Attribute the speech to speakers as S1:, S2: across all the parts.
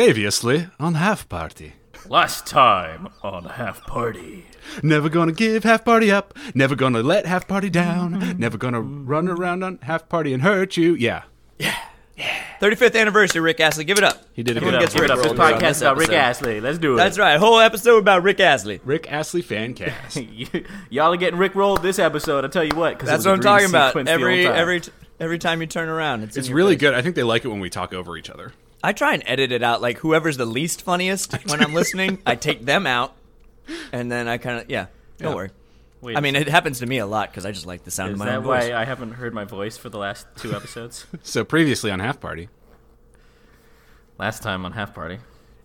S1: Previously on Half Party.
S2: Last time on Half Party.
S1: Never gonna give Half Party up. Never gonna let Half Party down. Never gonna run around on Half Party and hurt you. Yeah.
S3: 35th anniversary, Rick Astley. Give it up.
S1: He did a
S3: Everyone
S1: good
S3: gets
S1: job.
S3: Rick
S2: Give it up. This
S3: rolled on
S2: podcast is about Rick
S3: episode.
S2: Astley. Let's do it.
S3: That's right. Whole episode about Rick Astley.
S1: Rick Astley fan cast.
S2: right. Y'all are getting Rick rolled this episode. I tell you what. 'cause it was
S3: That's
S2: a
S3: what I'm
S2: dream
S3: talking about.
S2: sequence the
S3: Every
S2: whole time.
S3: every t- every time you turn around, it's, in
S1: It's
S3: your
S1: really
S3: face.
S1: good. I think they like it when we talk over each other.
S3: I try and edit it out. Like whoever's the least funniest when I'm listening, I take them out, and then I kind of yeah. Don't
S1: Yeah.
S3: worry.
S2: Wait,
S3: I mean, it happens to me a lot because I just like the sound
S2: is
S3: of my
S2: that
S3: own
S2: why
S3: voice.
S2: I haven't heard my voice for the last two episodes?
S1: So previously on Half Party,
S2: last time on Half Party,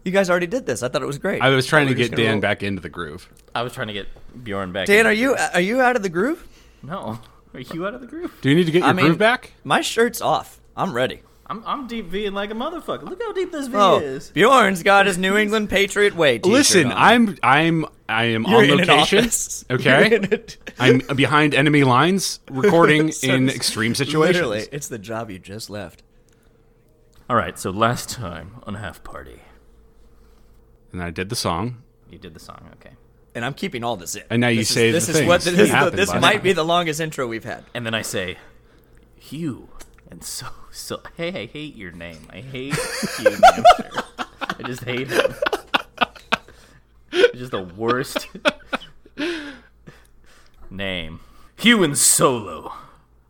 S3: You guys already did this. I thought it was great.
S1: I was trying to
S3: We're just
S1: get
S3: gonna
S1: Dan
S3: roll.
S1: back into the groove.
S2: I was trying to get Bjorn back. in
S3: Dan,
S2: the
S3: are you
S2: groove.
S3: are you out of the groove?
S2: No, are you out of the groove?
S1: Do you need to get your
S3: I mean-
S1: groove back?
S3: My shirt's off. I'm ready.
S2: I'm I'm deep Ving like a motherfucker. Look how deep this V
S3: Oh,
S2: is.
S3: Bjorn's got his New England Patriot way. T-shirt
S1: Listen,
S3: on.
S1: I'm I'm I am
S3: You're
S1: on
S3: in an
S1: location.
S3: office. You're
S1: Okay.
S3: in it.
S1: I'm behind enemy lines recording in extreme situations.
S3: Literally, it's the job you just left.
S2: All right. So last time on Half Party,
S1: And I did the song.
S2: you did the song. Okay.
S3: And I'm keeping all this in.
S1: And now you
S3: this
S1: say
S3: is,
S1: the
S3: this is what
S1: things
S3: this,
S1: that
S3: is the,
S1: happened
S3: this
S1: by now.
S3: might be the longest intro we've had.
S2: And then I say, Hugh. And so, so, hey, I hate your name. I hate Hugh Namster. I just hate him. It's just the worst name. Hugh and Solo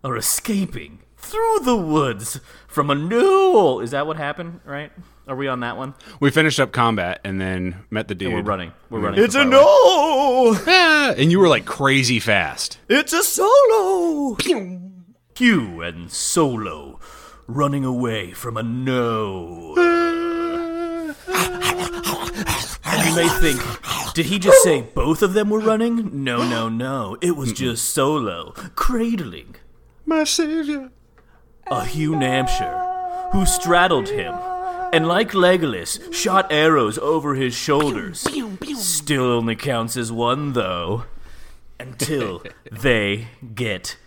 S2: are escaping through the woods from a new. Is that what happened, right? Are we on that one?
S1: We finished up combat and then met the dude.
S2: We're running. We're running.
S3: It's
S2: so
S3: a
S2: far away.
S3: no.
S1: Ah, and you were like crazy fast.
S3: It's a solo.
S2: Hugh and Solo running away from a no. You may think, did he just say both of them were running? No, no, no. It was just Solo cradling
S1: My savior.
S2: a Hugh Namshire who straddled him and, like Legolas, shot arrows over his shoulders. Still only counts as one, though, until they get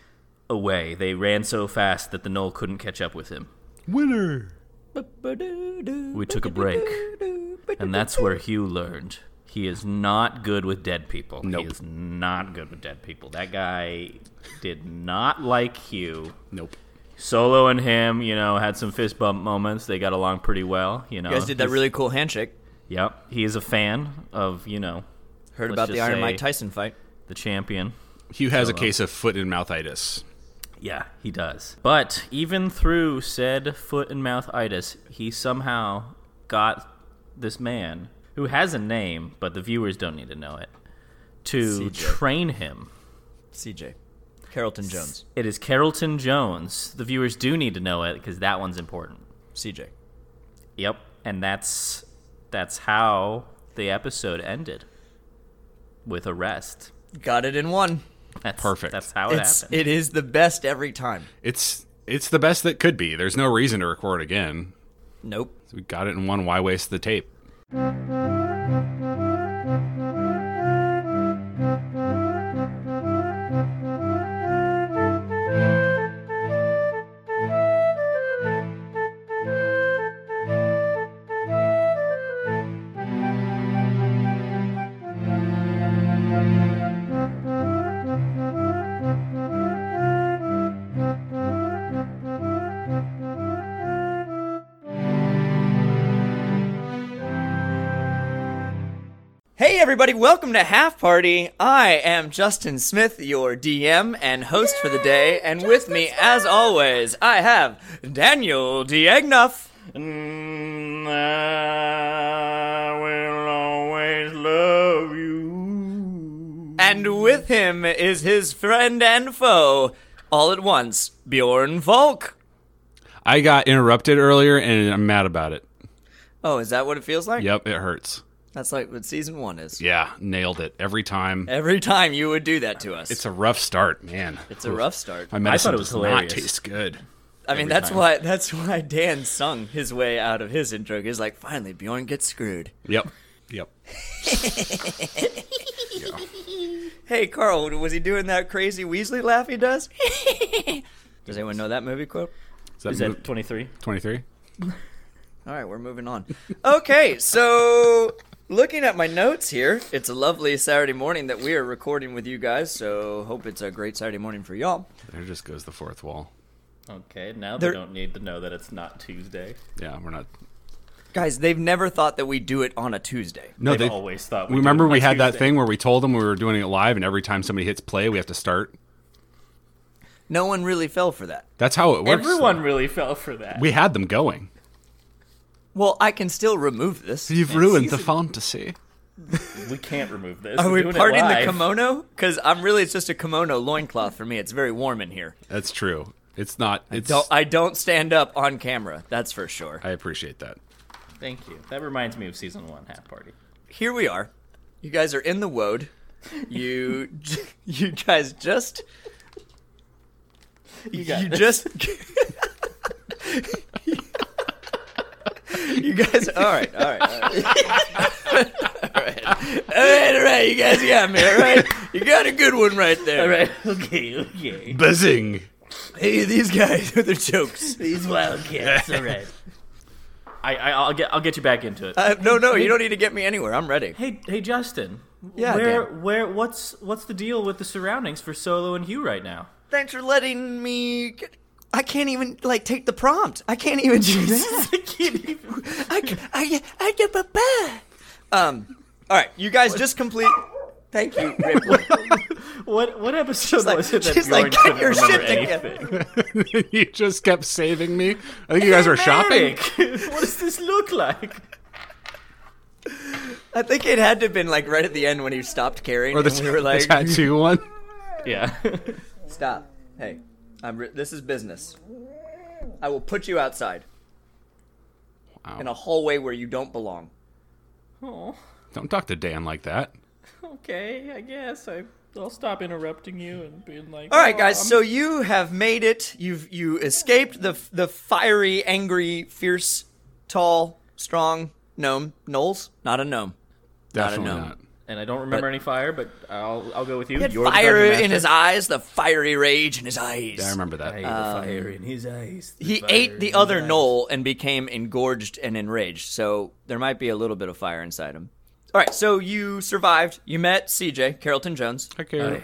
S2: away. They ran so fast that the knoll couldn't catch up with him.
S1: Winner.
S2: We took a break, and that's where Hugh learned he is not good with dead people.
S1: Nope.
S2: He is not good with dead people. That guy did not like Hugh.
S1: Nope.
S2: Solo and him, you know, had some fist bump moments. They got along pretty well. You know,
S3: You guys did that
S2: He's-
S3: really cool handshake.
S2: Yep, he is a fan of you know
S3: Heard
S2: Let's
S3: about the
S2: just
S3: Iron
S2: say-
S3: Mike Tyson fight.
S2: the champion.
S1: Hugh has a case of foot and mouthitis.
S2: Yeah, he does. But even through said foot and mouth itis, he somehow got this man, who has a name, but the viewers don't need to know it, to
S3: CJ.
S2: train him.
S3: CJ, Carrollton Jones.
S2: It is Carrollton Jones. The viewers do need to know it because that one's important.
S3: CJ.
S2: Yep, and that's that's how the episode ended with a rest.
S3: Got it in one.
S2: That's
S1: Perfect.
S2: That's how it
S3: It's,
S2: happened.
S3: it is the best every time.
S1: It's it's the best that could be. There's no reason to record again.
S3: Nope.
S1: So we got it in one. Why waste the tape?
S3: Hey everybody, welcome to Half Party. I am Justin Smith, your DM and host for the day, and with me, as always, I have Daniel Diegnuff.
S2: Mm, I will always love you.
S3: And with him is his friend and foe, all at once, Bjorn Volk.
S1: I got interrupted earlier and I'm mad about it.
S3: Oh, is that what it feels like?
S1: Yep, it hurts.
S3: That's like what season one is.
S1: Yeah, nailed it every time.
S3: Every time you would do that to us.
S1: It's a rough start, man.
S3: It's a rough start.
S1: My medicine
S2: it was
S1: does not
S2: hilarious.
S1: taste good.
S3: I mean,
S2: every
S3: that's
S2: time.
S3: why that's why Dan sung his way out of his intro. He's like, finally, Bjorn gets screwed.
S1: Yep. Yep.
S3: Hey, Carl, was he doing that crazy Weasley laugh he does? Does anyone know that movie quote?
S1: Is that,
S2: Is that 23?
S1: 23?
S3: All right, we're moving on. Okay, so looking at my notes here, it's a lovely Saturday morning that we are recording with you guys. So hope it's a great Saturday morning for y'all.
S1: There just goes the fourth wall.
S2: Okay, now
S3: There-
S2: they don't need to know that it's not Tuesday.
S1: Yeah, we're not.
S3: Guys, they've never thought that we do it on a Tuesday.
S1: No,
S2: They've
S1: they
S2: always thought.
S1: We
S2: did
S1: remember
S2: it on
S1: we had that
S2: Tuesday.
S1: thing where we told them we were doing it live, and every time somebody hits play, we have to start.
S3: No one really fell for that.
S1: That's how it works.
S2: Everyone really fell for that.
S1: We had them going.
S3: Well, I can still remove this.
S1: You've ruined the fantasy.
S2: We can't remove this.
S3: Are
S2: We're
S3: we
S2: doing it
S3: parting the
S2: live.
S3: kimono? Because I'm really, it's just a kimono loincloth for me. It's very warm in here.
S1: That's true. It's not. It's.
S3: Don't, I don't stand up on camera, that's for sure.
S1: I appreciate that.
S2: Thank you. That reminds me of season one half party.
S3: Here we are. You guys are in the woad. You, you guys just, you,
S2: got this.
S3: just, you guys. All right, all right, all right. All right, all right, you guys got me, all right? You got a good one right there.
S2: All right. Okay. Okay.
S1: Buzzing.
S3: Hey, these guys with their jokes.
S2: These wildcats. All right. I, I I'll get I'll get you back into it.
S3: Uh, no, no, you don't need to get me anywhere. I'm ready.
S2: hey hey Justin.
S3: Yeah,
S2: Where
S3: Dan.
S2: where what's what's the deal with the surroundings for Solo and Hugh right now?
S3: Thanks for letting me. Get... I can't even like take the prompt. I can't even do that.
S2: I can't even.
S3: I c- I I get my back. Um. All right, you guys just complete. Thank you. Ripley.
S2: What what episode
S3: like-
S2: was it that
S3: she's
S2: Bjorn
S3: like, "Get
S2: couldn't
S3: your
S2: remember
S3: shit together."
S2: anything?
S1: you just kept saving me. I think you guys were shopping.
S2: Eric, what does this look like?
S3: I think it had to have been like right at the end when he stopped carrying,
S1: Or the,
S3: and we were like,
S1: the tattoo one.
S2: Yeah.
S3: "Stop! Hey, I'm. Re- this is business. I will put you outside
S1: Wow.
S3: in a hallway where you don't belong."
S2: oh,
S1: Don't talk to Dan like that.
S2: okay. I guess I I'll stop interrupting you and being like.
S3: All right, guys. So you have made it. You've you escaped the the fiery, angry, fierce, tall, strong gnome. Knowles, not a gnome.
S1: Definitely
S3: gnome.
S1: not.
S2: And I don't remember any fire, but I'll I'll go with you.
S3: He had
S2: You're the
S3: fire
S2: dungeon
S3: in his
S2: master.
S3: eyes, the fiery rage in his eyes.
S1: I remember that.
S2: I hate the fire in his eyes. the
S3: Um, He
S2: fire
S3: ate
S2: in
S3: the
S2: his
S3: other
S2: eyes.
S3: knoll and became engorged and enraged. So there might be a little bit of fire inside him. All right, so you survived. You met CJ Carrollton Jones,
S1: okay.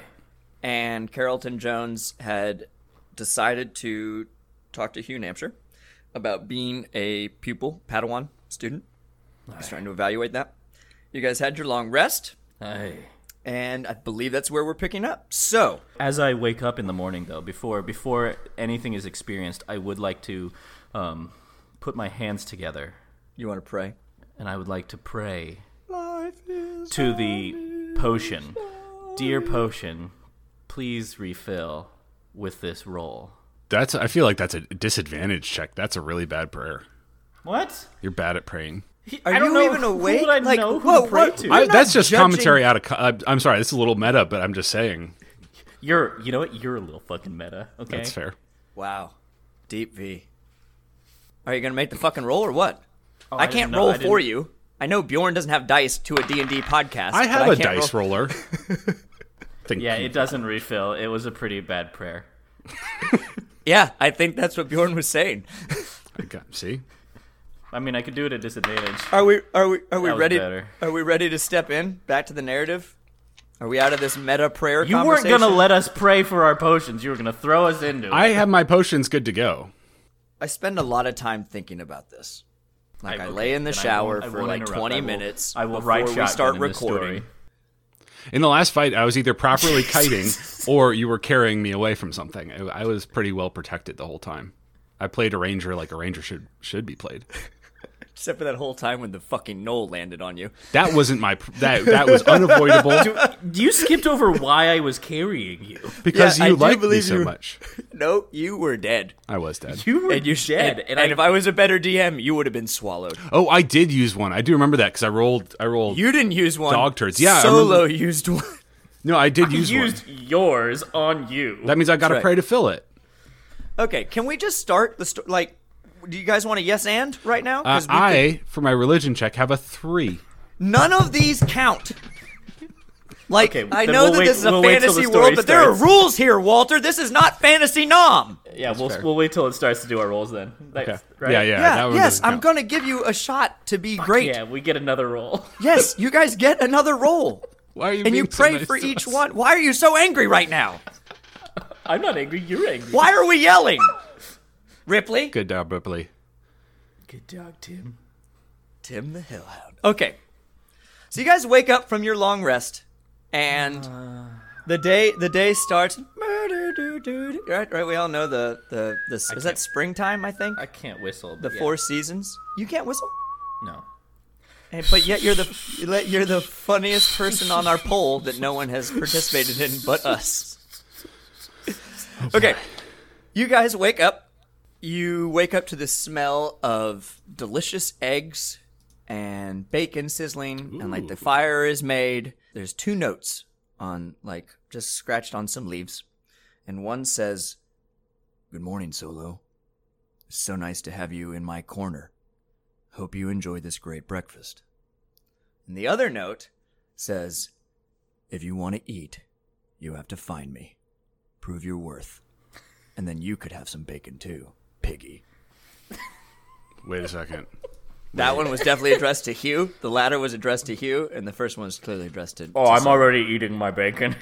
S3: and Carrollton Jones had decided to talk to Hugh Hampshire about being a pupil, Padawan student. He's trying to evaluate that. You guys had your long rest,
S2: Aye.
S3: and I believe that's where we're picking up. So,
S2: As I wake up in the morning, though, before before anything is experienced, I would like to um, put my hands together
S3: you want to pray?
S2: and I would like to pray to the potion. Dear potion, please refill with this roll.
S1: That's. I feel like that's a disadvantage check. That's a really bad prayer.
S2: What?
S1: You're bad at praying.
S3: Are
S2: I don't
S3: you
S2: know
S3: even
S2: who
S3: awake?
S2: would I
S3: Like,
S2: know who
S3: whoa,
S2: to pray
S3: what-
S2: to?
S3: You're
S1: I,
S3: not
S1: that's just
S3: judging-
S1: commentary out of. Co- I'm, I'm sorry. This is a little meta, but I'm just saying.
S2: You're, you know what? You're a little fucking meta. Okay.
S1: That's fair.
S3: Wow, deep V. Are you gonna make the fucking roll or what? I
S2: I
S3: can't
S2: didn't know-
S3: roll
S2: I
S3: for
S2: didn't-
S3: you. I know Bjorn doesn't have dice to a D and D podcast.
S1: I
S3: but
S1: have a
S3: can't
S1: dice
S3: roll.
S1: roller. Think
S2: Yeah, it doesn't refill. It was a pretty bad prayer.
S3: Yeah, I think that's what Bjorn was saying.
S1: I got- see,
S2: I mean, I could do it at disadvantage.
S3: Are we are we are we
S2: That was
S3: ready?
S2: better.
S3: Are we ready to step in back to the narrative? Are we out of this meta prayer?
S2: You weren't gonna
S3: conversation?
S2: let us pray for our potions. You were gonna throw us into it.
S1: I have my potions good to go.
S3: I spend a lot of time thinking about this. Like I,
S2: okay,
S3: lay in the
S2: then I
S3: shower
S2: won't- I
S3: for
S2: won't
S3: like
S2: interrupt.
S3: twenty
S2: I will-
S3: minutes
S2: I will
S3: before
S2: ride
S3: we
S2: shotgun
S3: start
S2: in this
S3: recording.
S2: story.
S1: In the last fight, I was either properly kiting or you were carrying me away from something. I, I was pretty well protected the whole time. I played a ranger like a ranger should should be played.
S3: Except for that whole time when the fucking knoll landed on you.
S1: That wasn't my pr- that that was unavoidable
S2: You skipped over why I was carrying you.
S1: because
S3: Yeah, I
S1: you
S3: do
S1: liked me
S3: believe
S1: so
S3: you-
S1: much.
S3: Nope, you were dead.
S1: I was dead.
S2: You were
S3: And you
S2: dead.
S3: And, and if I was a better DM, you would have been swallowed.
S1: Oh, I did use one. I do remember that because I rolled. I rolled.
S3: You didn't use one.
S1: Dog turds. Yeah, I
S3: Solo used one.
S1: no, I did use one.
S2: used yours on you.
S1: That means I got to
S3: right.
S1: pray to fill it.
S3: Okay, can we just start the story? Like, do you guys want a yes and right now?
S1: Uh,
S3: 'Cause we could-
S1: I, for my religion check, have a three.
S3: none of these count. Like
S4: Okay,
S3: I
S2: then
S3: know
S2: we'll
S3: that
S2: wait-
S3: this is a
S2: we'll wait till the
S3: fantasy
S2: story
S3: world, but there are
S2: starts.
S3: rules here, Walter. This is not fantasy nom.
S2: Yeah, we'll, we'll wait till it starts to do our rolls then. That's-
S1: Okay.
S2: right?
S1: Yeah, yeah. that one
S3: yes,
S1: doesn't
S3: I'm
S1: count.
S3: gonna give you a shot to be great.
S2: Yeah, we get another roll.
S3: Yes, you guys get another roll,
S1: Why are you
S3: and you
S1: being so
S3: pray
S1: nice
S3: for
S1: to
S3: each
S1: us?
S3: one. Why are you so angry right now?
S2: I'm not angry. You're angry.
S3: Why are we yelling, Ripley?
S1: Good job, Ripley.
S2: Good dog, Tim.
S3: Tim the Hellhound. Okay. So you guys wake up from your long rest, and the day the day starts. Right, right. We all know the the the is that
S2: can't-
S3: springtime? I think
S2: I can't whistle.
S3: the
S2: but yeah.
S3: four seasons. You can't whistle,
S2: No.
S3: and, Eh, but yet you're the you're the funniest person on our poll that no one has participated in but us. Okay, you guys wake up. You wake up to the smell of delicious eggs and bacon sizzling, and like the fire is made. There's two notes on, like, just scratched on some leaves, and one says, Good morning, Solo. It's so nice to have you in my corner. Hope you enjoy this great breakfast. And the other note says, If you want to eat, you have to find me. Prove your worth. And then you could have some bacon too, piggy.
S1: Wait a second.
S3: That one was definitely addressed to Hugh. The latter was addressed to Hugh, and the first one was clearly addressed to.
S2: Oh, I'm already eating my bacon.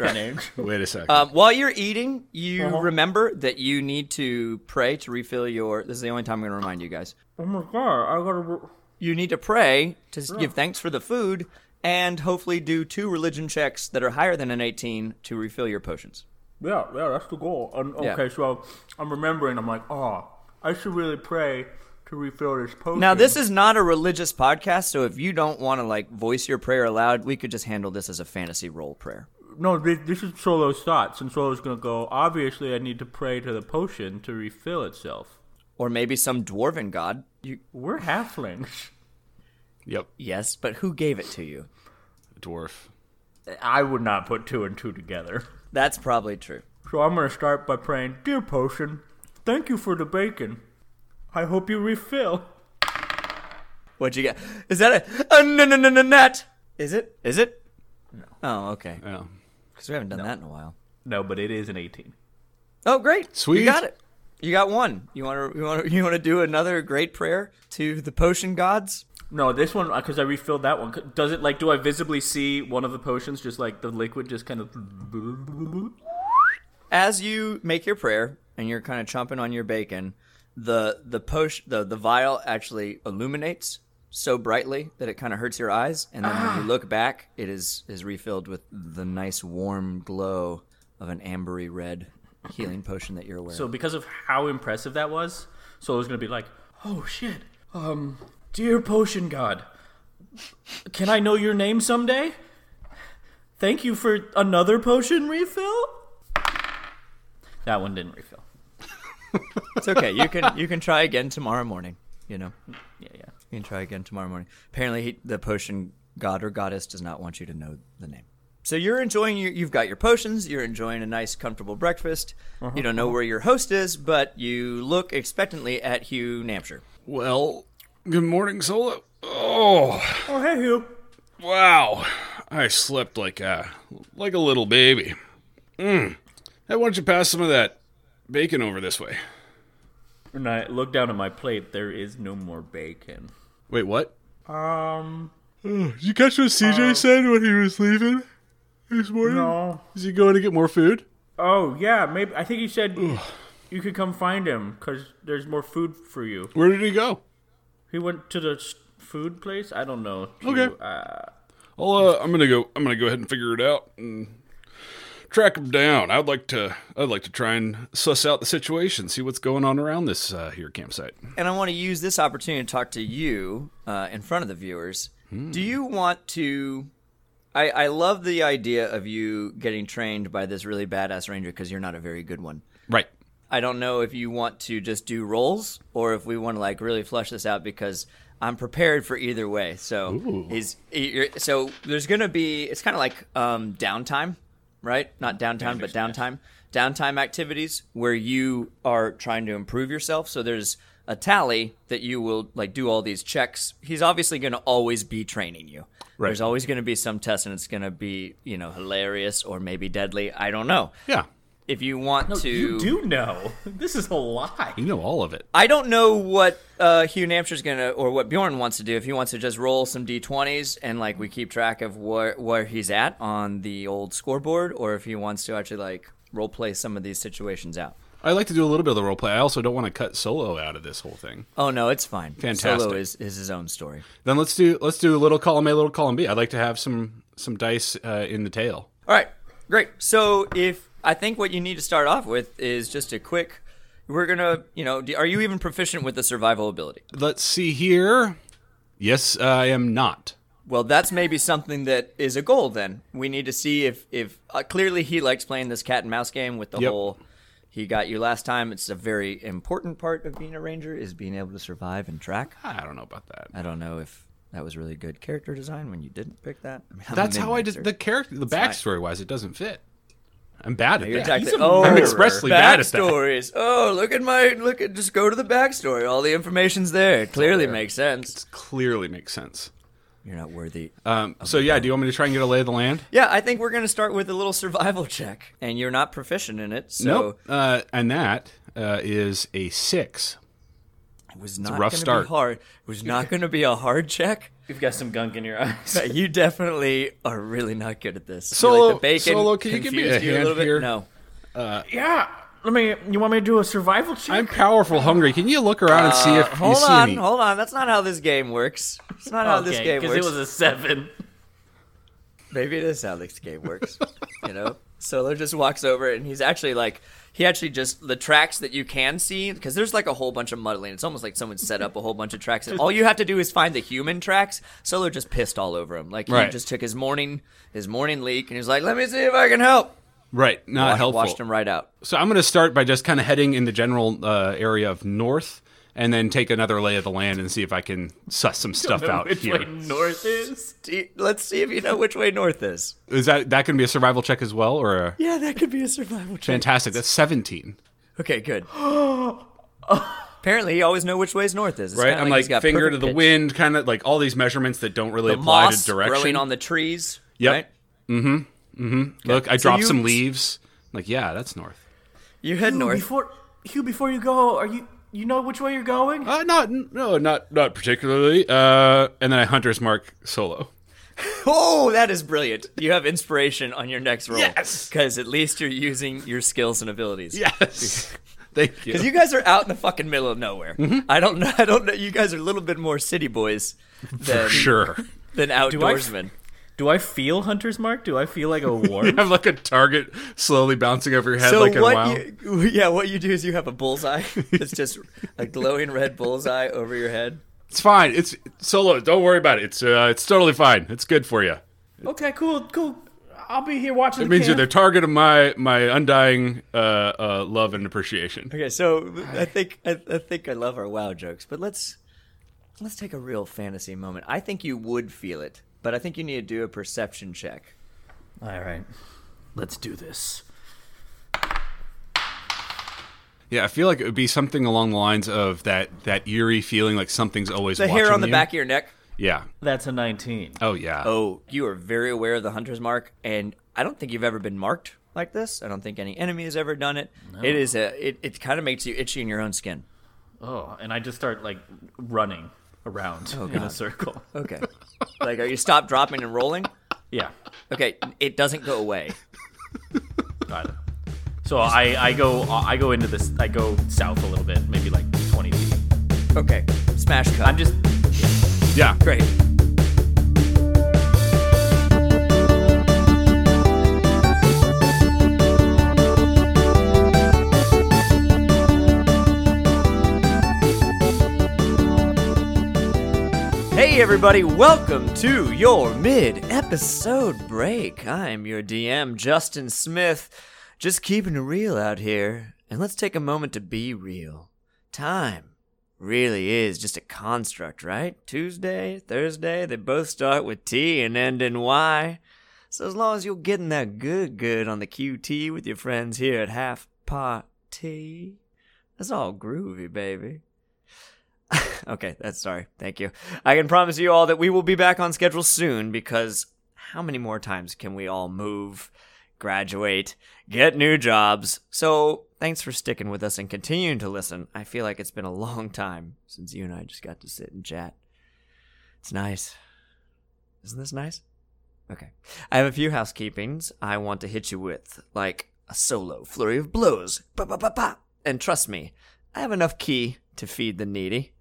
S1: Wait a second.
S3: Um, while you're eating, you remember that you need to pray to refill your. This is the only time I'm going to remind you guys.
S2: oh my god, I gotta.
S3: You need to pray to s- give thanks for the food, and hopefully do two religion checks that are higher than an 18 to refill your potions.
S2: Yeah, yeah, that's the goal. And,
S3: Yeah.
S2: okay, so I'm remembering. I'm like, oh, I should really pray to refill this potion.
S3: Now, this is not a religious podcast, so if you don't want to like voice your prayer aloud, we could just handle this as a fantasy role prayer.
S2: no, this, this is Solo's thoughts, and Solo's gonna go. Obviously, I need to pray to the potion to refill itself.
S3: Or maybe some dwarven god. You,
S2: We're halflings.
S1: yep.
S3: yes, but who gave it to you?
S1: Dwarf.
S2: I would not put two and two together.
S3: That's probably true.
S2: So I'm gonna start by praying, dear potion, thank you for the bacon. I hope you refill.
S3: What'd you get? Is that a, a no no no no net? Is it? Is it? No. Oh, okay.
S1: Yeah.
S3: Because we haven't done that in a while.
S2: No, but it is an 18.
S3: Oh, great!
S1: Sweet.
S3: you got it. You got one. You want to you want to you want to do another great prayer to the potion gods?
S2: No, this one because I refilled that one. C- Does it like? Do I visibly see one of the potions just like the liquid just kind of?
S3: as you make your prayer and you're kind of chomping on your bacon, the the potion the the vial actually illuminates so brightly that it kind of hurts your eyes, and then when you look back, it is is refilled with the nice warm glow of an ambery red healing potion that you're aware.
S2: So
S3: of.
S2: because of how impressive that was, so I was gonna be like, oh shit, um, dear potion god, can I know your name someday? Thank you for another potion refill. That one didn't refill.
S3: It's okay. You can you can try again tomorrow morning. You know, you
S2: Yeah, yeah.
S3: can try again tomorrow morning. Apparently, he, the potion god or goddess does not want you to know the name. So you're enjoying your, you've got your potions, you're enjoying a nice comfortable breakfast. You don't know where your host is, but you look expectantly at Hugh Nampshire.
S1: Well, good morning, Solo. Oh,
S2: Oh hey Hugh.
S1: wow. I slept like a like a little baby. Mm. Hey, why don't you pass some of that bacon over this way?
S2: And I look down at my plate. There is no more bacon.
S1: Wait, what?
S2: Um,
S1: Did you catch what CJ said when he was leaving this morning?
S2: no.
S1: Is he going to get more food?
S2: Oh yeah, maybe I think he said you could come find him because there's more food for you.
S1: Where did he go?
S2: He went to the s- food place. I don't know. to,
S1: Okay.
S2: uh,
S1: I'll, uh, I'm gonna go. I'm gonna go ahead and figure it out and track him down. I'd like to. I'd like to try and suss out the situation, see what's going on around this uh, here campsite.
S3: And I want to use this opportunity to talk to you uh, in front of the viewers. Do you want to? I, I love the idea of you getting trained by this really badass ranger because you're not a very good one.
S1: Right.
S3: I don't know if you want to just do rolls or if we want to like really flush this out because I'm prepared for either way. So is you're, so there's gonna be it's kind of like um, downtime, right? Not downtime, but downtime, downtime activities where you are trying to improve yourself. So there's a tally that you will like do all these checks. He's obviously going to always be training you.
S1: Right.
S3: There's always going to be some test, and it's going to be you know hilarious or maybe deadly. I don't know.
S1: Yeah.
S3: If you want to,
S2: You do know. This is a lie.
S1: You know all of it.
S3: I don't know what uh, Hugh Namsher's gonna or what Bjorn wants to do. If he wants to just roll some d20s and like we keep track of where where he's at on the old scoreboard, or if he wants to actually like role play some of these situations out.
S1: I like to do a little bit of the role play. I also don't want to cut solo out of this whole thing.
S3: Oh no, it's fine. Solo
S1: Fantastic.
S3: is, is his own story.
S1: Then let's do let's do a little column A, little column B. I'd like to have some some dice uh, in the tail.
S3: All right, great. So if I think what you need to start off with is just a quick. We're gonna, you know, do, are you even proficient with the survival ability?
S1: Let's see here. Yes, I am not.
S3: Well, that's maybe something that is a goal. Then we need to see if if uh, clearly he likes playing this cat and mouse game with the
S1: Yep.
S3: whole. He got you last time. It's a very important part of being a ranger is being able to survive and track.
S1: I don't know about that.
S3: I don't know if that was really good character design when you didn't pick that. I mean, I'm a
S1: That's how I
S3: min-maxer.
S1: did the character, the backstory wise, it doesn't fit. I'm bad at
S3: You're
S1: that.
S3: attacked
S2: he's
S3: it.
S2: a
S3: oh,
S2: murderer.
S1: expressly bad at that.
S3: backstories. Oh, look at my look at just go to the backstory. All the information's there. It clearly makes sense.
S1: Clearly makes sense.
S3: You're not worthy.
S1: Um, so yeah, do you want me to try and get a lay of the land?
S3: yeah, I think we're gonna start with a little survival check, and you're not proficient in it, so
S1: Nope. Uh, and that uh, is a six.
S3: It was not
S1: rough
S3: gonna
S1: start.
S3: Be hard. It was not going to be a hard check.
S2: You've got some gunk in your eyes.
S3: But you definitely are really not good at this. You're
S1: Solo-
S3: like the bacon
S1: Solo, can you give me a
S3: confused you
S1: hand
S3: little bit?
S1: here?
S3: No.
S2: yeah. Let me. You want me to do a survival check?
S1: I'm powerful, hungry. Can you look around and see if you
S3: Uh, Hold
S1: see
S3: on,
S1: me?
S3: hold on. That's not how this game works. It's not how this game
S2: because
S3: works.
S2: it was a seven.
S3: Maybe it is how this game works. you know, Solo just walks over and he's actually like, he actually just the tracks that you can see because there's like a whole bunch of muddling. It's almost like someone set up a whole bunch of tracks. And all you have to do is find the human tracks. Solo just pissed all over him. Like he
S1: Right.
S3: just took his morning his morning leak and he was like, "Let me see if I can help."
S1: Right, not
S3: Wash-
S1: helpful.
S3: Washed him right out.
S1: So I'm going to start by just kind of heading in the general uh, area of north, and then take another lay of the land and see if I can suss some stuff out
S2: Which
S1: here.
S2: way north is?
S3: Do you- let's see if you know which way north is.
S1: Is that that going to be a survival check as well, or a
S3: Yeah, that could be a survival check.
S1: fantastic? That's 17.
S3: Okay, good. Apparently, he always know which way's north is. It's
S1: Right,
S3: kinda
S1: I'm
S3: he's
S1: like,
S3: got
S1: finger
S3: perfect
S1: to the
S3: pitch.
S1: wind, kind of like all these measurements that don't really
S3: The
S1: apply
S3: moss
S1: to direction.
S3: growing on the trees.
S1: Yep. Mm-hmm.
S3: Right?
S1: Look, I dropped
S3: you-
S1: some leaves. like, yeah, that's north.
S3: You head north.
S2: Before Hugh, before you go, are you you know which way you're going?
S1: Uh, not no, not not particularly. Uh, and then I hunter's mark solo.
S3: Oh, that is brilliant. You have inspiration on your next roll.
S1: Yes.
S3: Because at least you're using your skills and abilities.
S1: Yes, thank you.
S3: Because you guys are out in the fucking middle of nowhere.
S1: Mm-hmm.
S3: I don't know. I don't know. You guys are a little bit more city boys than,
S1: sure.
S3: than
S2: I-
S3: outdoorsmen.
S2: Do I feel hunter's mark? Do I feel like a
S1: You
S2: warp?
S1: have like a target slowly bouncing over your head
S3: So
S1: like a
S3: what
S1: wow.
S3: you yeah, what you do is you have a bullseye. it's just a glowing red bullseye over your head.
S1: It's fine. It's solo. Don't worry about it. It's uh, it's totally fine. It's good for you.
S2: okay, cool, cool. I'll be here watching.
S1: It means you're the target of my my undying uh, uh, love and appreciation.
S3: Okay, so I think I, I think I love our wow jokes, but let's let's take a real fantasy moment. I think you would feel it, but I think you need to do a perception check.
S2: All right, let's do this.
S1: Yeah, I feel like it would be something along the lines of that that eerie feeling like something's always
S3: The hair
S1: watching
S3: on the
S1: you.
S3: back of your neck.
S1: Yeah.
S2: That's a nineteen.
S1: Oh yeah.
S3: Oh, you are very aware of the hunter's mark, and I don't think you've ever been marked like this. I don't think any enemy has ever done it. It is a it, it kind of makes you itchy in your own skin.
S2: Oh, and I just start like running around
S3: Oh,
S2: in a circle.
S3: Okay, like are you stop, dropping, and rolling?
S2: Yeah,
S3: Okay, it doesn't go away.
S2: got it. So I, I go I go into this I go south a little bit, maybe like twenty feet.
S3: Okay, smash cut.
S2: I'm just
S1: Yeah.
S3: Great. Hey everybody, welcome to your mid episode break. I'm your DM, Justin Smith. Just keeping it real out here, and let's take a moment to be real. Time really is just a construct, right? Tuesday, Thursday, they both start with T and end in Y. So as long as you're getting that good good on the QT with your friends here at Half Pot Tea, that's all groovy, baby. Okay, that's sorry. Thank you. I can promise you all that we will be back on schedule soon because how many more times can we all move, graduate, get new jobs? So thanks for sticking with us and continuing to listen. I feel like it's been a long time since you and I just got to sit and chat. It's nice. Isn't this nice? Okay. I have a few housekeepings I want to hit you with, like a solo flurry of blows. Ba ba ba ba. And trust me, I have enough key to feed the needy.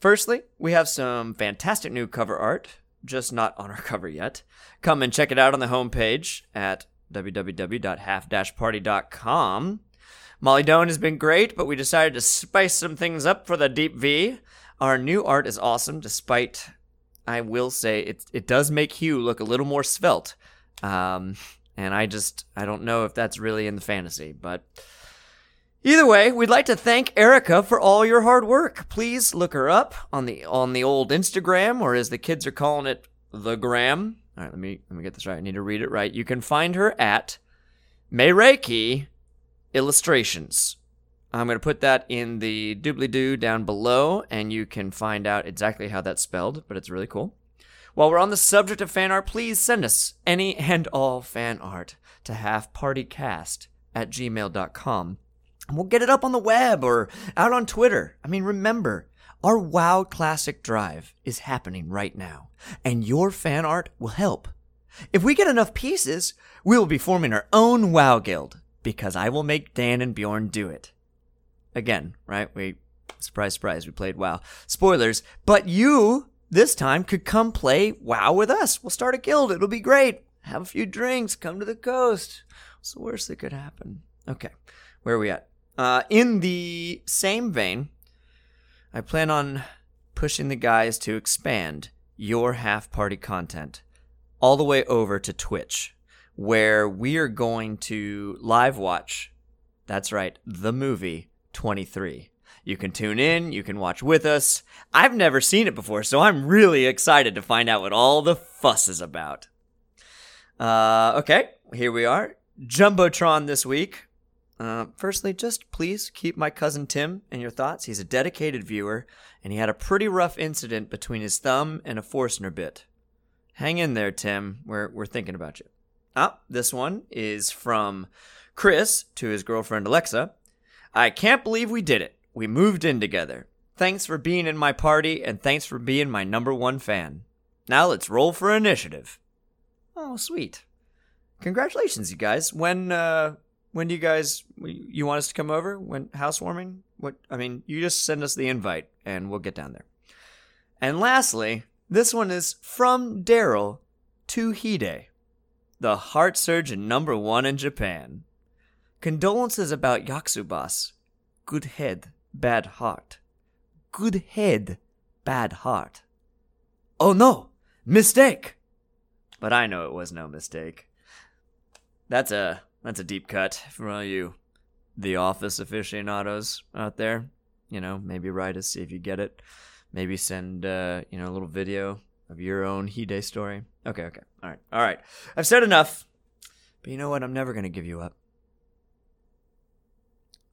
S3: Firstly, we have some fantastic new cover art, just not on our cover yet. Come and check it out on the homepage at www.half-party.com. Molly Doan has been great, but we decided to spice some things up for the Deep V. Our new art is awesome, despite, I will say, it, it does make Hugh look a little more svelte. Um, and I just, I don't know if that's really in the fantasy, but Either way, we'd like to thank Erica for all your hard work. Please look her up on the on the old Instagram, or as the kids are calling it, the gram. All right, let me let me get this right. I need to read it right. You can find her at Meireki Illustrations. I'm going to put that in the doobly doo down below, and you can find out exactly how that's spelled. But it's really cool. While we're on the subject of fan art, please send us any and all fan art to halfpartycast at gmail.com. And we'll get it up on the web or out on Twitter. I mean, remember, our WoW Classic Drive is happening right now, and your fan art will help. If we get enough pieces, we will be forming our own WoW Guild, because I will make Dan and Bjorn do it. Again, right? We, surprise, surprise, we played WoW. Spoilers, but you, this time, could come play WoW with us. We'll start a guild, it'll be great. Have a few drinks, come to the coast. What's the worst that could happen? Okay, where are we at? Uh, in the same vein, I plan on pushing the guys to expand your half party content all the way over to Twitch, where we are going to live watch. That's right, the movie 23. You can tune in, you can watch with us. I've never seen it before, so I'm really excited to find out what all the fuss is about. Uh, okay, here we are. Jumbotron this week. Uh, firstly, just please keep my cousin Tim in your thoughts. He's a dedicated viewer, and he had a pretty rough incident between his thumb and a Forstner bit. Hang in there, Tim. We're, we're thinking about you. Ah, this one is from Chris to his girlfriend Alexa. I can't believe we did it. We moved in together. Thanks for being in my party, and thanks for being my number one fan. Now let's roll for initiative. Oh, sweet. Congratulations, you guys. When, uh, when do you guys you want us to come over when housewarming what i mean you just send us the invite and we'll get down there and lastly this one is from daryl to hide the heart surgeon number one in japan condolences about yaksubas good head bad heart good head bad heart oh no mistake but i know it was no mistake that's a that's a deep cut for all you the office aficionados out there. You know, maybe write us, see if you get it. Maybe send uh, you know, a little video of your own Hide story. Okay, okay. All right. All right. I've said enough. But you know what? I'm never gonna give you up.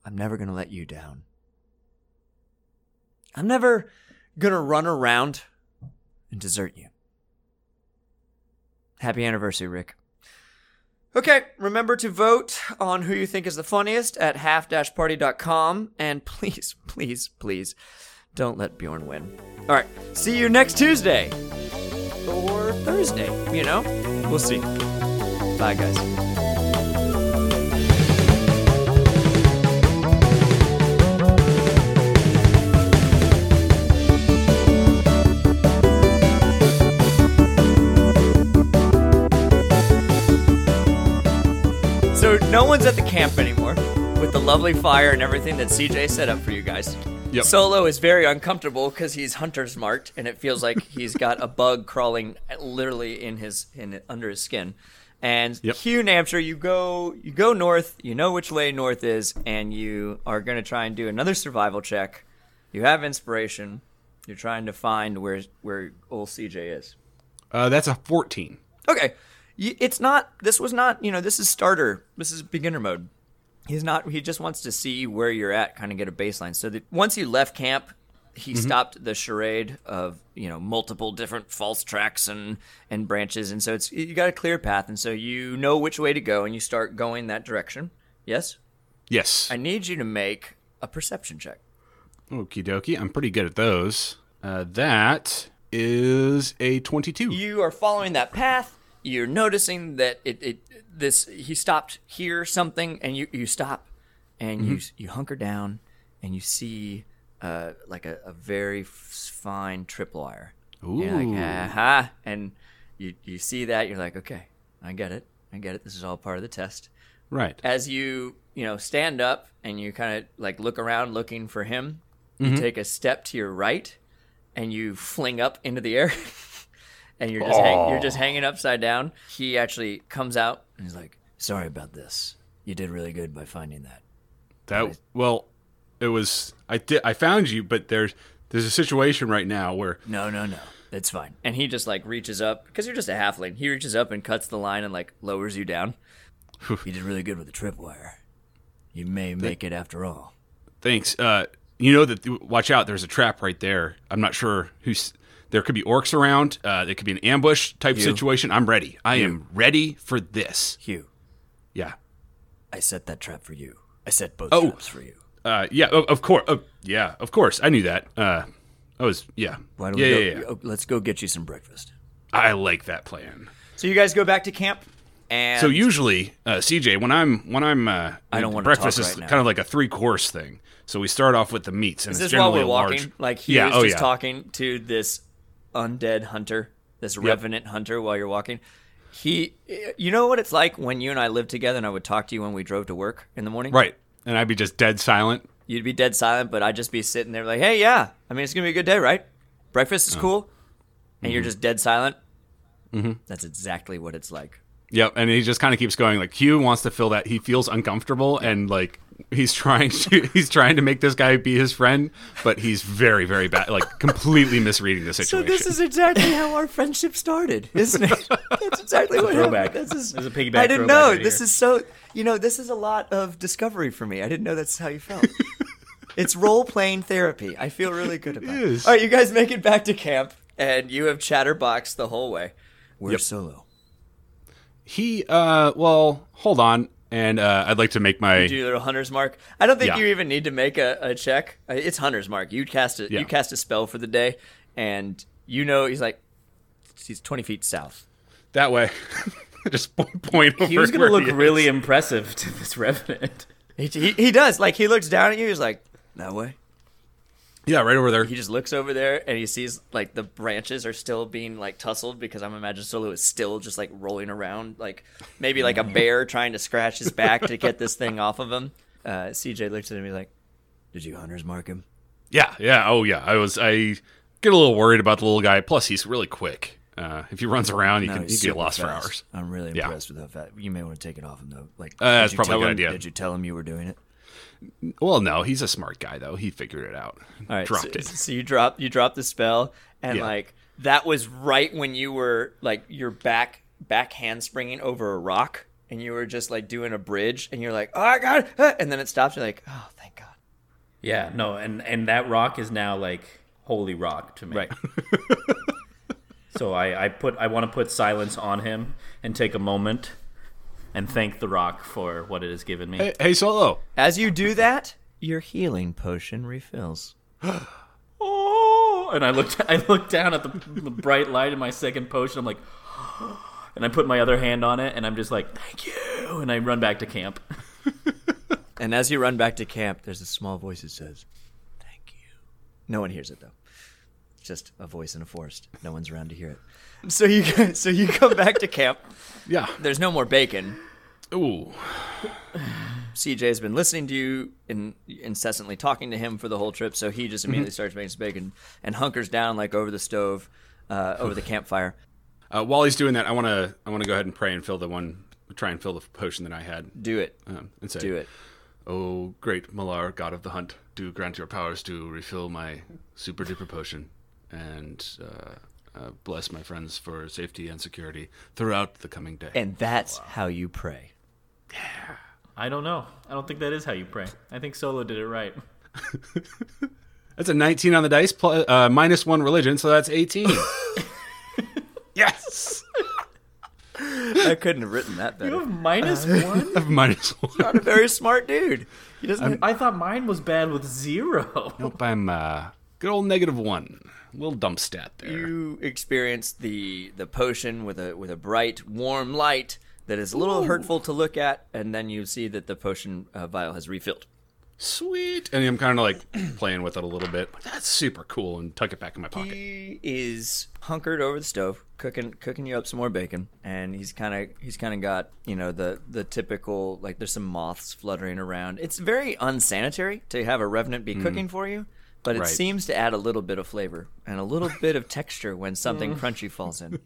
S3: I'm never gonna let you down. I'm never gonna run around and desert you. Happy anniversary, Rick. Okay, remember to vote on who you think is the funniest at half-party.com and please, please, please don't let Bjorn win. All right, see you next Tuesday or Thursday, you know? We'll see. Bye guys. So no one's at the camp anymore with the lovely fire and everything that CJ set up for you guys.
S1: Yep.
S3: Solo is very uncomfortable because he's hunter smart, and it feels like he's got a bug crawling uh, literally in his in under his skin. And
S1: Yep.
S3: Hugh Namshire, you go you go north. You know which way north is, and you are going to try and do another survival check. You have inspiration. You're trying to find where where old CJ is.
S1: Uh, that's a 14.
S3: Okay. Y- It's not, this was not, you know, this is starter. This is beginner mode. He's not, he just wants to see where you're at, kind of get a baseline. So that once you left camp, he stopped the charade of you know multiple different false tracks and and branches, and so it's you got a clear path, and so you know which way to go, and you start going that direction. Yes,
S1: Yes.
S3: I need you to make a perception check.
S1: Okie dokie. I'm pretty good at those. Uh, that is a 22.
S3: you are following that path. You're noticing that it, it this he stopped here something, and you you stop, and you you hunker down, and you see uh like a, a very f- fine tripwire. Ooh. You're like, Aha. And you you see that you're like, okay, I get it, I get it. This is all part of the test
S1: Right.
S3: as you you know stand up and you kind of like look around looking for him you take a step to your right and you fling up into the air and you're just hang- you're just hanging upside down he actually comes out and he's like sorry about this you did really good by finding that
S1: That well, it was I did I found you, but there's there's a situation right now where
S3: no no no that's fine and he just like reaches up because you're just a halfling he reaches up and cuts the line and like lowers you down you did really good with the tripwire you may make it after all
S1: thanks. Uh, you know that watch out. There's a trap right there. I'm not sure who's there. Could be orcs around. Uh, there could be an ambush type situation. I'm ready. I am ready for this.
S3: hugh
S1: Yeah.
S3: I set that trap for you. I set both
S1: Oh.
S3: traps for you.
S1: Uh, yeah. Of, of course. Uh, yeah. Of course. I knew that. Uh, I was. Yeah.
S3: Why don't
S1: yeah,
S3: we go,
S1: yeah, yeah.
S3: oh, let's go get you some breakfast.
S1: I like that plan.
S3: So you guys go back to camp, and
S1: So usually, uh, CJ, when I'm when I'm uh,
S3: I don't wanna
S1: breakfast
S3: talk
S1: is
S3: right now.
S1: kind of like a three course thing. So we start off with the meats, and
S3: is
S1: it's
S3: this while
S1: generally
S3: we're
S1: a
S3: walking?
S1: large.
S3: Like he
S1: yeah,
S3: was
S1: oh
S3: just
S1: yeah.
S3: talking to this undead hunter, this revenant hunter, while you're walking. He, you know what it's like when you and I lived together, and I would talk to you when we drove to work in the morning.
S1: Right, and I'd be just dead silent.
S3: You'd be dead silent, but I'd just be sitting there like, "Hey, yeah. I mean, it's gonna be a good day, right?
S1: Oh.
S3: Breakfast is cool." And you're just dead silent. Mm-hmm. That's exactly what it's like.
S1: Yep, and he just kind of keeps going. Like Hugh wants to fill that. He feels uncomfortable, and like he's trying to he's trying to make this guy be his friend, but he's very very bad, like completely misreading the
S3: So
S1: situation.
S3: this is exactly how our friendship started, isn't it? That's exactly what
S4: Throwback.
S3: happened. This is,
S4: There's a piggyback
S3: I didn't
S4: throwback
S3: know.
S4: right
S3: This
S4: here.
S3: is so. You know, this is a lot of discovery for me. I didn't know that's how you felt. it's role playing therapy. I feel really good about it.
S1: is.
S3: All right, you guys make it back to camp, and you have Chatterbox the whole way. We're solo.
S1: he uh, well, hold on, and uh, I'd like to make my
S3: Do your little hunter's mark. I don't think
S1: Yeah.
S3: you even need to make a, a check. Uh, It's hunter's mark. You cast a
S1: Yeah.
S3: you cast a spell for the day, and you know he's like he's twenty feet south.
S1: that way. just po- point over.
S4: He was going
S1: where
S4: to look
S1: he is.
S4: really impressive to this revenant.
S3: He, he, he does. Like he looks down at you. He's like that way.
S1: yeah, right over there.
S3: He just looks over there and he sees like the branches are still being like tussled because I'm imagining Solo is still just like rolling around like maybe like a
S1: Mm.
S3: bear trying to scratch his back to get this thing off of him. Uh, CJ looks at him. He's like, "Did you hunters mark him?"
S1: Yeah, yeah, oh yeah. I was I get a little worried about the little guy. Plus, he's really quick. Uh, if he runs around, he can he get lost for hours.
S3: I'm really
S1: Yeah.
S3: impressed with how fast. You may want to take it off him though. Like
S1: Uh, that's
S3: did you
S1: probably a
S3: tell
S1: good
S3: him-
S1: idea.
S3: Did you tell him you were doing it?
S1: Well, no, he's a smart guy though. He figured it out.
S3: All right,
S1: dropped
S3: so,
S1: it.
S3: So you drop you drop the spell, and
S1: Yeah.
S3: like that was right when you were like your back back handspringing over a rock, and you were just like doing a bridge, and you're like, oh I got it, ah," and then it stops. You're like, oh thank God.
S4: Yeah, no, and and that rock is now like holy rock to me.
S3: Right.
S4: so I I put I want to put silence on him and take a moment and thank the rock for what it has given me.
S1: Hey, hey, Solo.
S3: As you do that, your healing potion refills.
S4: Oh, and I looked I looked down at the, the bright light in my second potion. I'm like, and I put my other hand on it, and I'm just like, thank you, and I run back to camp.
S3: And as you run back to camp, there's a small voice that says, "Thank you." No one hears it though. It's Just a voice in a forest. No one's around to hear it. So you guys- so you come back to camp.
S1: Yeah.
S3: There's no more bacon.
S1: Ooh.
S3: CJ has been listening to you and incessantly talking to him for the whole trip, so he just immediately starts making some bacon and hunkers down like over the stove, uh, over the campfire.
S1: Uh, while he's doing that, I wanna I wanna go ahead and pray and fill the one try and fill the potion that I had.
S3: Do it,
S1: Um, and say,
S3: do it.
S1: Oh, great Malar, God of the Hunt, do grant your powers to refill my super duper potion, and uh, uh, bless my friends for safety and security throughout the coming day.
S3: And that's how you pray.
S4: I don't know. I don't think that is how you pray. I think Solo did it right.
S1: That's a 19 on the dice, plus, uh, minus one religion, so that's 18. yes!
S3: I couldn't have written that better.
S2: Minus one?
S1: minus one.
S3: Not a very smart dude. He doesn't.
S2: I thought mine was bad with zero.
S1: Nope, I'm uh, good old negative one. Little dump stat there.
S3: you experience the the potion with a with a bright warm light that is a little hurtful to look at, and then you see that the potion uh, vial has refilled.
S1: Sweet. And I'm kind of like playing with it a little bit. That's super cool and tuck it back in my pocket.
S3: He is hunkered over the stove, cooking cooking you up some more bacon, and he's kind of he's kind of got you know the the typical like there's some moths fluttering around. It's very unsanitary to have a revenant be cooking for you, but it
S1: Right.
S3: seems to add a little bit of flavor and a little bit of texture when something crunchy falls in.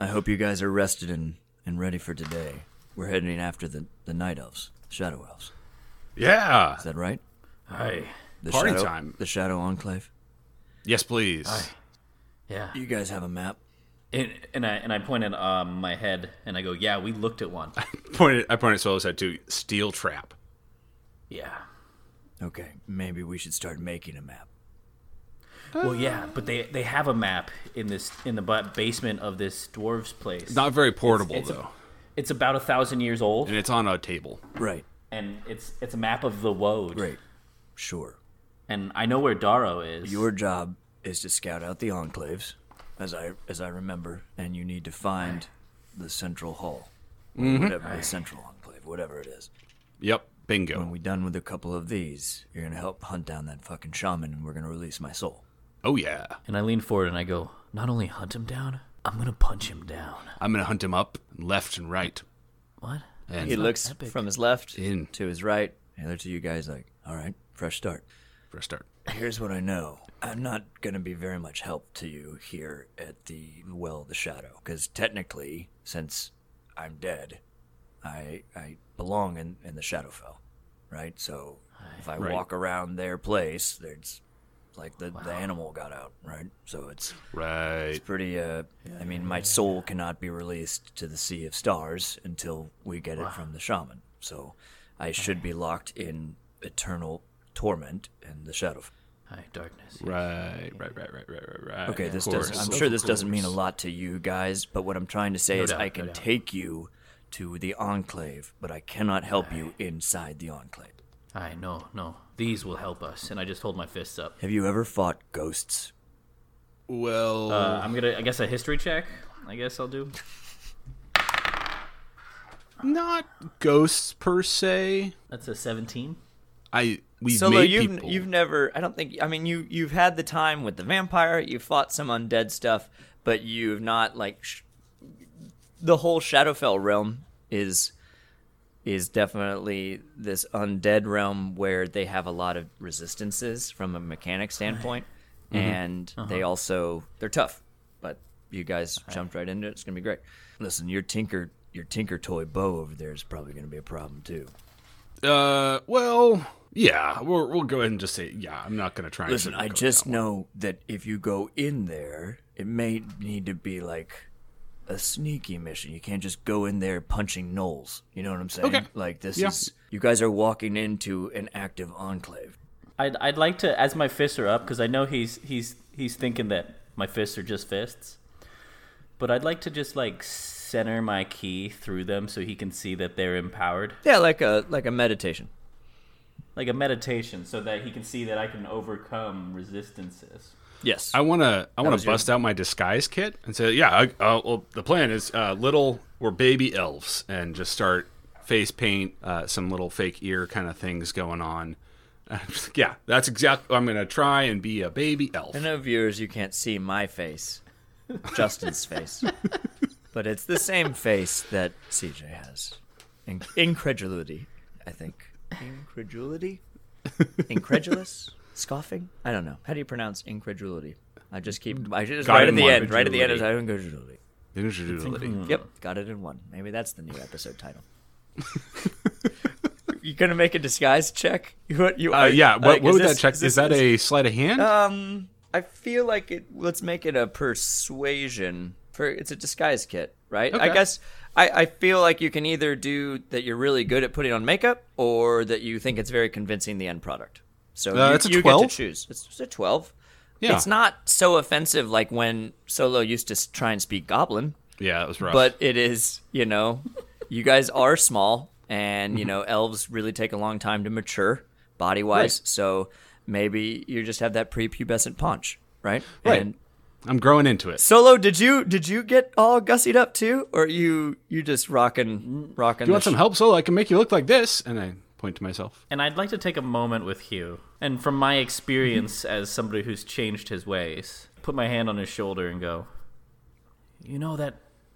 S3: I hope you guys are rested and and ready for today. We're heading after the the night elves, shadow elves.
S1: Yeah.
S3: Is that right?
S2: Hi.
S3: The
S1: Party
S3: shadow,
S1: time.
S3: The shadow enclave.
S1: Yes, please.
S2: Yeah.
S3: You guys have a map.
S2: And, and I and I pointed um, my head and I go, yeah, we looked at one.
S1: Point it, I pointed at Swallow's head too. Steel trap.
S2: Yeah.
S3: Okay, maybe we should start making a map.
S2: Well, yeah, but they they have a map in this in the ba- basement of this dwarves place.
S1: Not very portable,
S2: it's a-
S1: though.
S2: it's about a thousand years old,
S1: and it's on a table.
S3: Right,
S2: and it's it's a map of the woad.
S3: great. Sure.
S2: And I know where Daro is.
S3: Your job is to scout out the enclaves, as I as I remember, and you need to find the central hall. or Whatever the central enclave, whatever it is.
S1: Yep. Bingo.
S3: When we're done with a couple of these, you're gonna help hunt down that fucking shaman and we're gonna release my soul.
S1: Oh, yeah.
S2: and I lean forward and I go, not only hunt him down, I'm gonna punch him down.
S1: I'm going to hunt him up left and right.
S2: What?
S1: And
S3: He looks from his left
S1: In.
S3: to his right. The other two you guys like, all right, fresh start.
S1: for a start.
S3: Here's what I know. I'm not going to be very much help to you here at the Well of the Shadow, because technically, since I'm dead, I I belong in, in the Shadowfell, right? So if I
S1: Right.
S3: walk around their place, there's like the, the animal got out, right? So it's
S1: Right.
S3: pretty. Uh, I mean, my soul cannot be released to the Sea of Stars until we get it from the shaman. So I should be locked in eternal torment in the Shadowfell.
S2: Hi, darkness.
S1: Right, right, right, right, right, right, right.
S3: Okay,
S1: Of
S3: this
S1: course.
S3: doesn't. I'm sure this doesn't mean a lot to you guys, but what I'm trying to say is
S2: doubt,
S3: I
S2: no
S3: can
S2: doubt.
S3: take you to the enclave, but I cannot help you inside the enclave.
S2: I no no. These will help us. And I just hold my fists up.
S3: Have you ever fought ghosts?
S1: Well,
S2: Uh, I'm gonna. I guess a history check. I guess I'll do.
S1: not ghosts per se.
S2: That's a 17.
S1: I we
S3: Solo,
S1: made
S3: you've
S1: people.
S3: you've never. I don't think. I mean, you you've had the time with the vampire. You fought some undead stuff, but you've not like. Sh- the whole Shadowfell realm is is definitely this undead realm where they have a lot of resistances from a mechanic standpoint,
S1: Mm-hmm.
S3: and
S1: Uh-huh.
S3: they also they're tough. But you guys jumped right into it. It's gonna be great. Listen, your tinker your tinker toy bow over there is probably gonna be a problem too.
S1: uh, well, yeah, we're, we'll go ahead and just say, yeah, I'm not gonna try. and
S3: Listen, I
S1: sugarcoat
S3: just
S1: that
S3: know that if you go in there, it may need to be like a sneaky mission. You can't just go in there punching gnolls. You know what I'm saying?
S1: Okay.
S3: Like this
S1: Yeah.
S3: is you guys are walking into an active enclave.
S2: I'd, I'd like to, as my fists are up, because I know he's he's he's thinking that my fists are just fists. But I'd like to just like center my key through them so he can see that they're empowered,
S3: Yeah, like a like a meditation.
S2: like a meditation, so that he can see that I can overcome resistances.
S3: Yes.
S1: I want to I want
S3: was
S1: to
S3: your-
S1: bust out my disguise kit and say, yeah, I, uh, well, the plan is uh, little we're baby elves and just start face paint, uh, some little fake ear kind of things going on. yeah, that's exactly. I'm gonna try and be a baby elf.
S3: I know viewers you can't see my face. Justin's face. But it's the same face that CJ has. In- incredulity, I think. Incredulity? Incredulous? Scoffing? I don't know. How do you pronounce incredulity? I just keep I just
S1: Got it
S3: right at
S1: in
S3: the
S1: one.
S3: end. Right at the end is incredulity. Yep, got it in one. Maybe that's the new episode title. you gonna make a disguise check? You, you
S1: Uh, yeah, what,
S3: like,
S1: what
S3: is
S1: would
S3: this-
S1: that check? Is,
S3: this-
S1: that a sleight of hand?
S3: um, I feel like it. Let's make it a persuasion. For it's a disguise kit, right? I
S1: Okay.
S3: guess I, I feel like you can either do that you're really good at putting on makeup or that you think it's very convincing the end product. So
S1: Uh,
S3: you,
S1: it's a
S3: you get
S1: 12?
S3: to choose. It's, it's a 12.
S1: Yeah.
S3: It's not so offensive like when Solo used to s- try and speak Goblin,
S1: Yeah, it was rough.
S3: but it is, you know, you guys are small and,
S1: Mm-hmm.
S3: you know, elves really take a long time to mature body wise. So maybe you just have that prepubescent paunch, right?
S1: Right.
S3: And
S1: I'm growing into it.
S3: Solo, did you did you get all gussied up too, or you you just rocking rocking?
S1: Mm, You want
S3: the
S1: some
S3: sh-
S1: help, Solo? I can make you look like this. And I point to myself.
S2: And I'd like to take a moment with Hugh. And from my experience as somebody who's changed his ways, put my hand on his shoulder and go, "You know that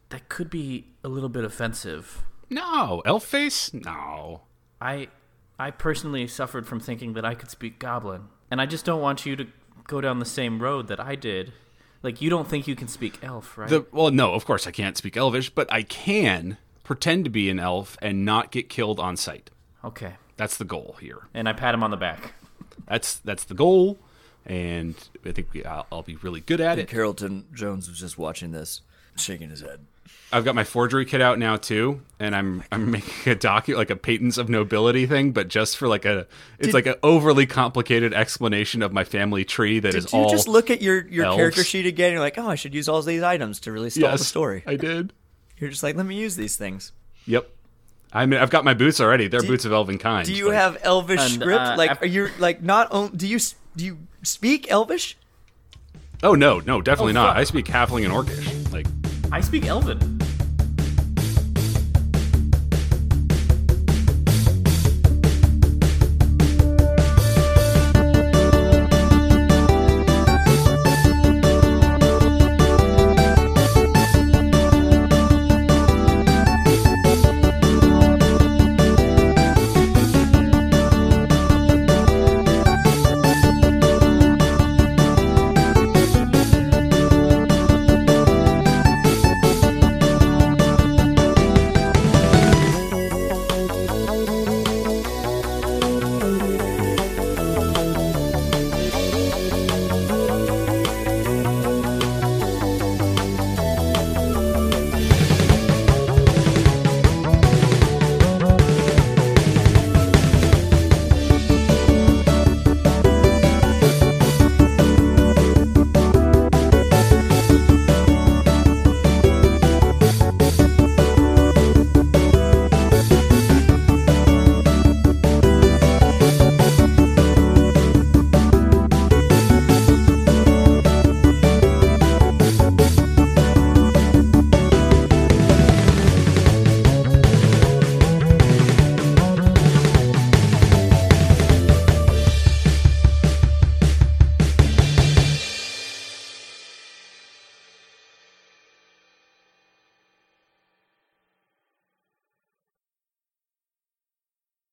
S2: that could be a little bit offensive.
S1: No, elf face? No.
S2: I I personally suffered from thinking that I could speak goblin, and I just don't want you to go down the same road that I did. Like you don't think you can speak elf, right?
S1: The well, no, of course I can't speak elvish, but I can pretend to be an elf and not get killed on sight.
S2: okay.
S1: That's the goal here.
S2: And I pat him on the back.
S1: That's that's the goal, and I think we, I'll, I'll be really good at it.
S3: Carrollton Jones was just watching this, shaking his head.
S1: I've got my forgery kit out now too, and I'm I'm making a docu like a patents of nobility thing, but just for like a it's like an overly complicated explanation of my family tree that is
S3: Did you
S1: all
S3: just look at your your character
S1: elves.
S3: sheet again? and You're like, oh, I should use all these items to really stall
S1: yes,
S3: the story.
S1: I did.
S3: You're just like, let me use these things.
S1: Yep. I mean, I've got my boots already. They're boots of elven kind.
S3: Do you
S1: like-
S3: have Elvish
S2: And,
S3: script?
S2: uh,
S3: like,
S2: ap-
S3: are you like not only do you s- do you speak Elvish?
S1: Oh no, no, definitely
S2: Oh,
S1: not.
S2: fuck.
S1: I speak halfling and orcish. Like
S2: I speak elven.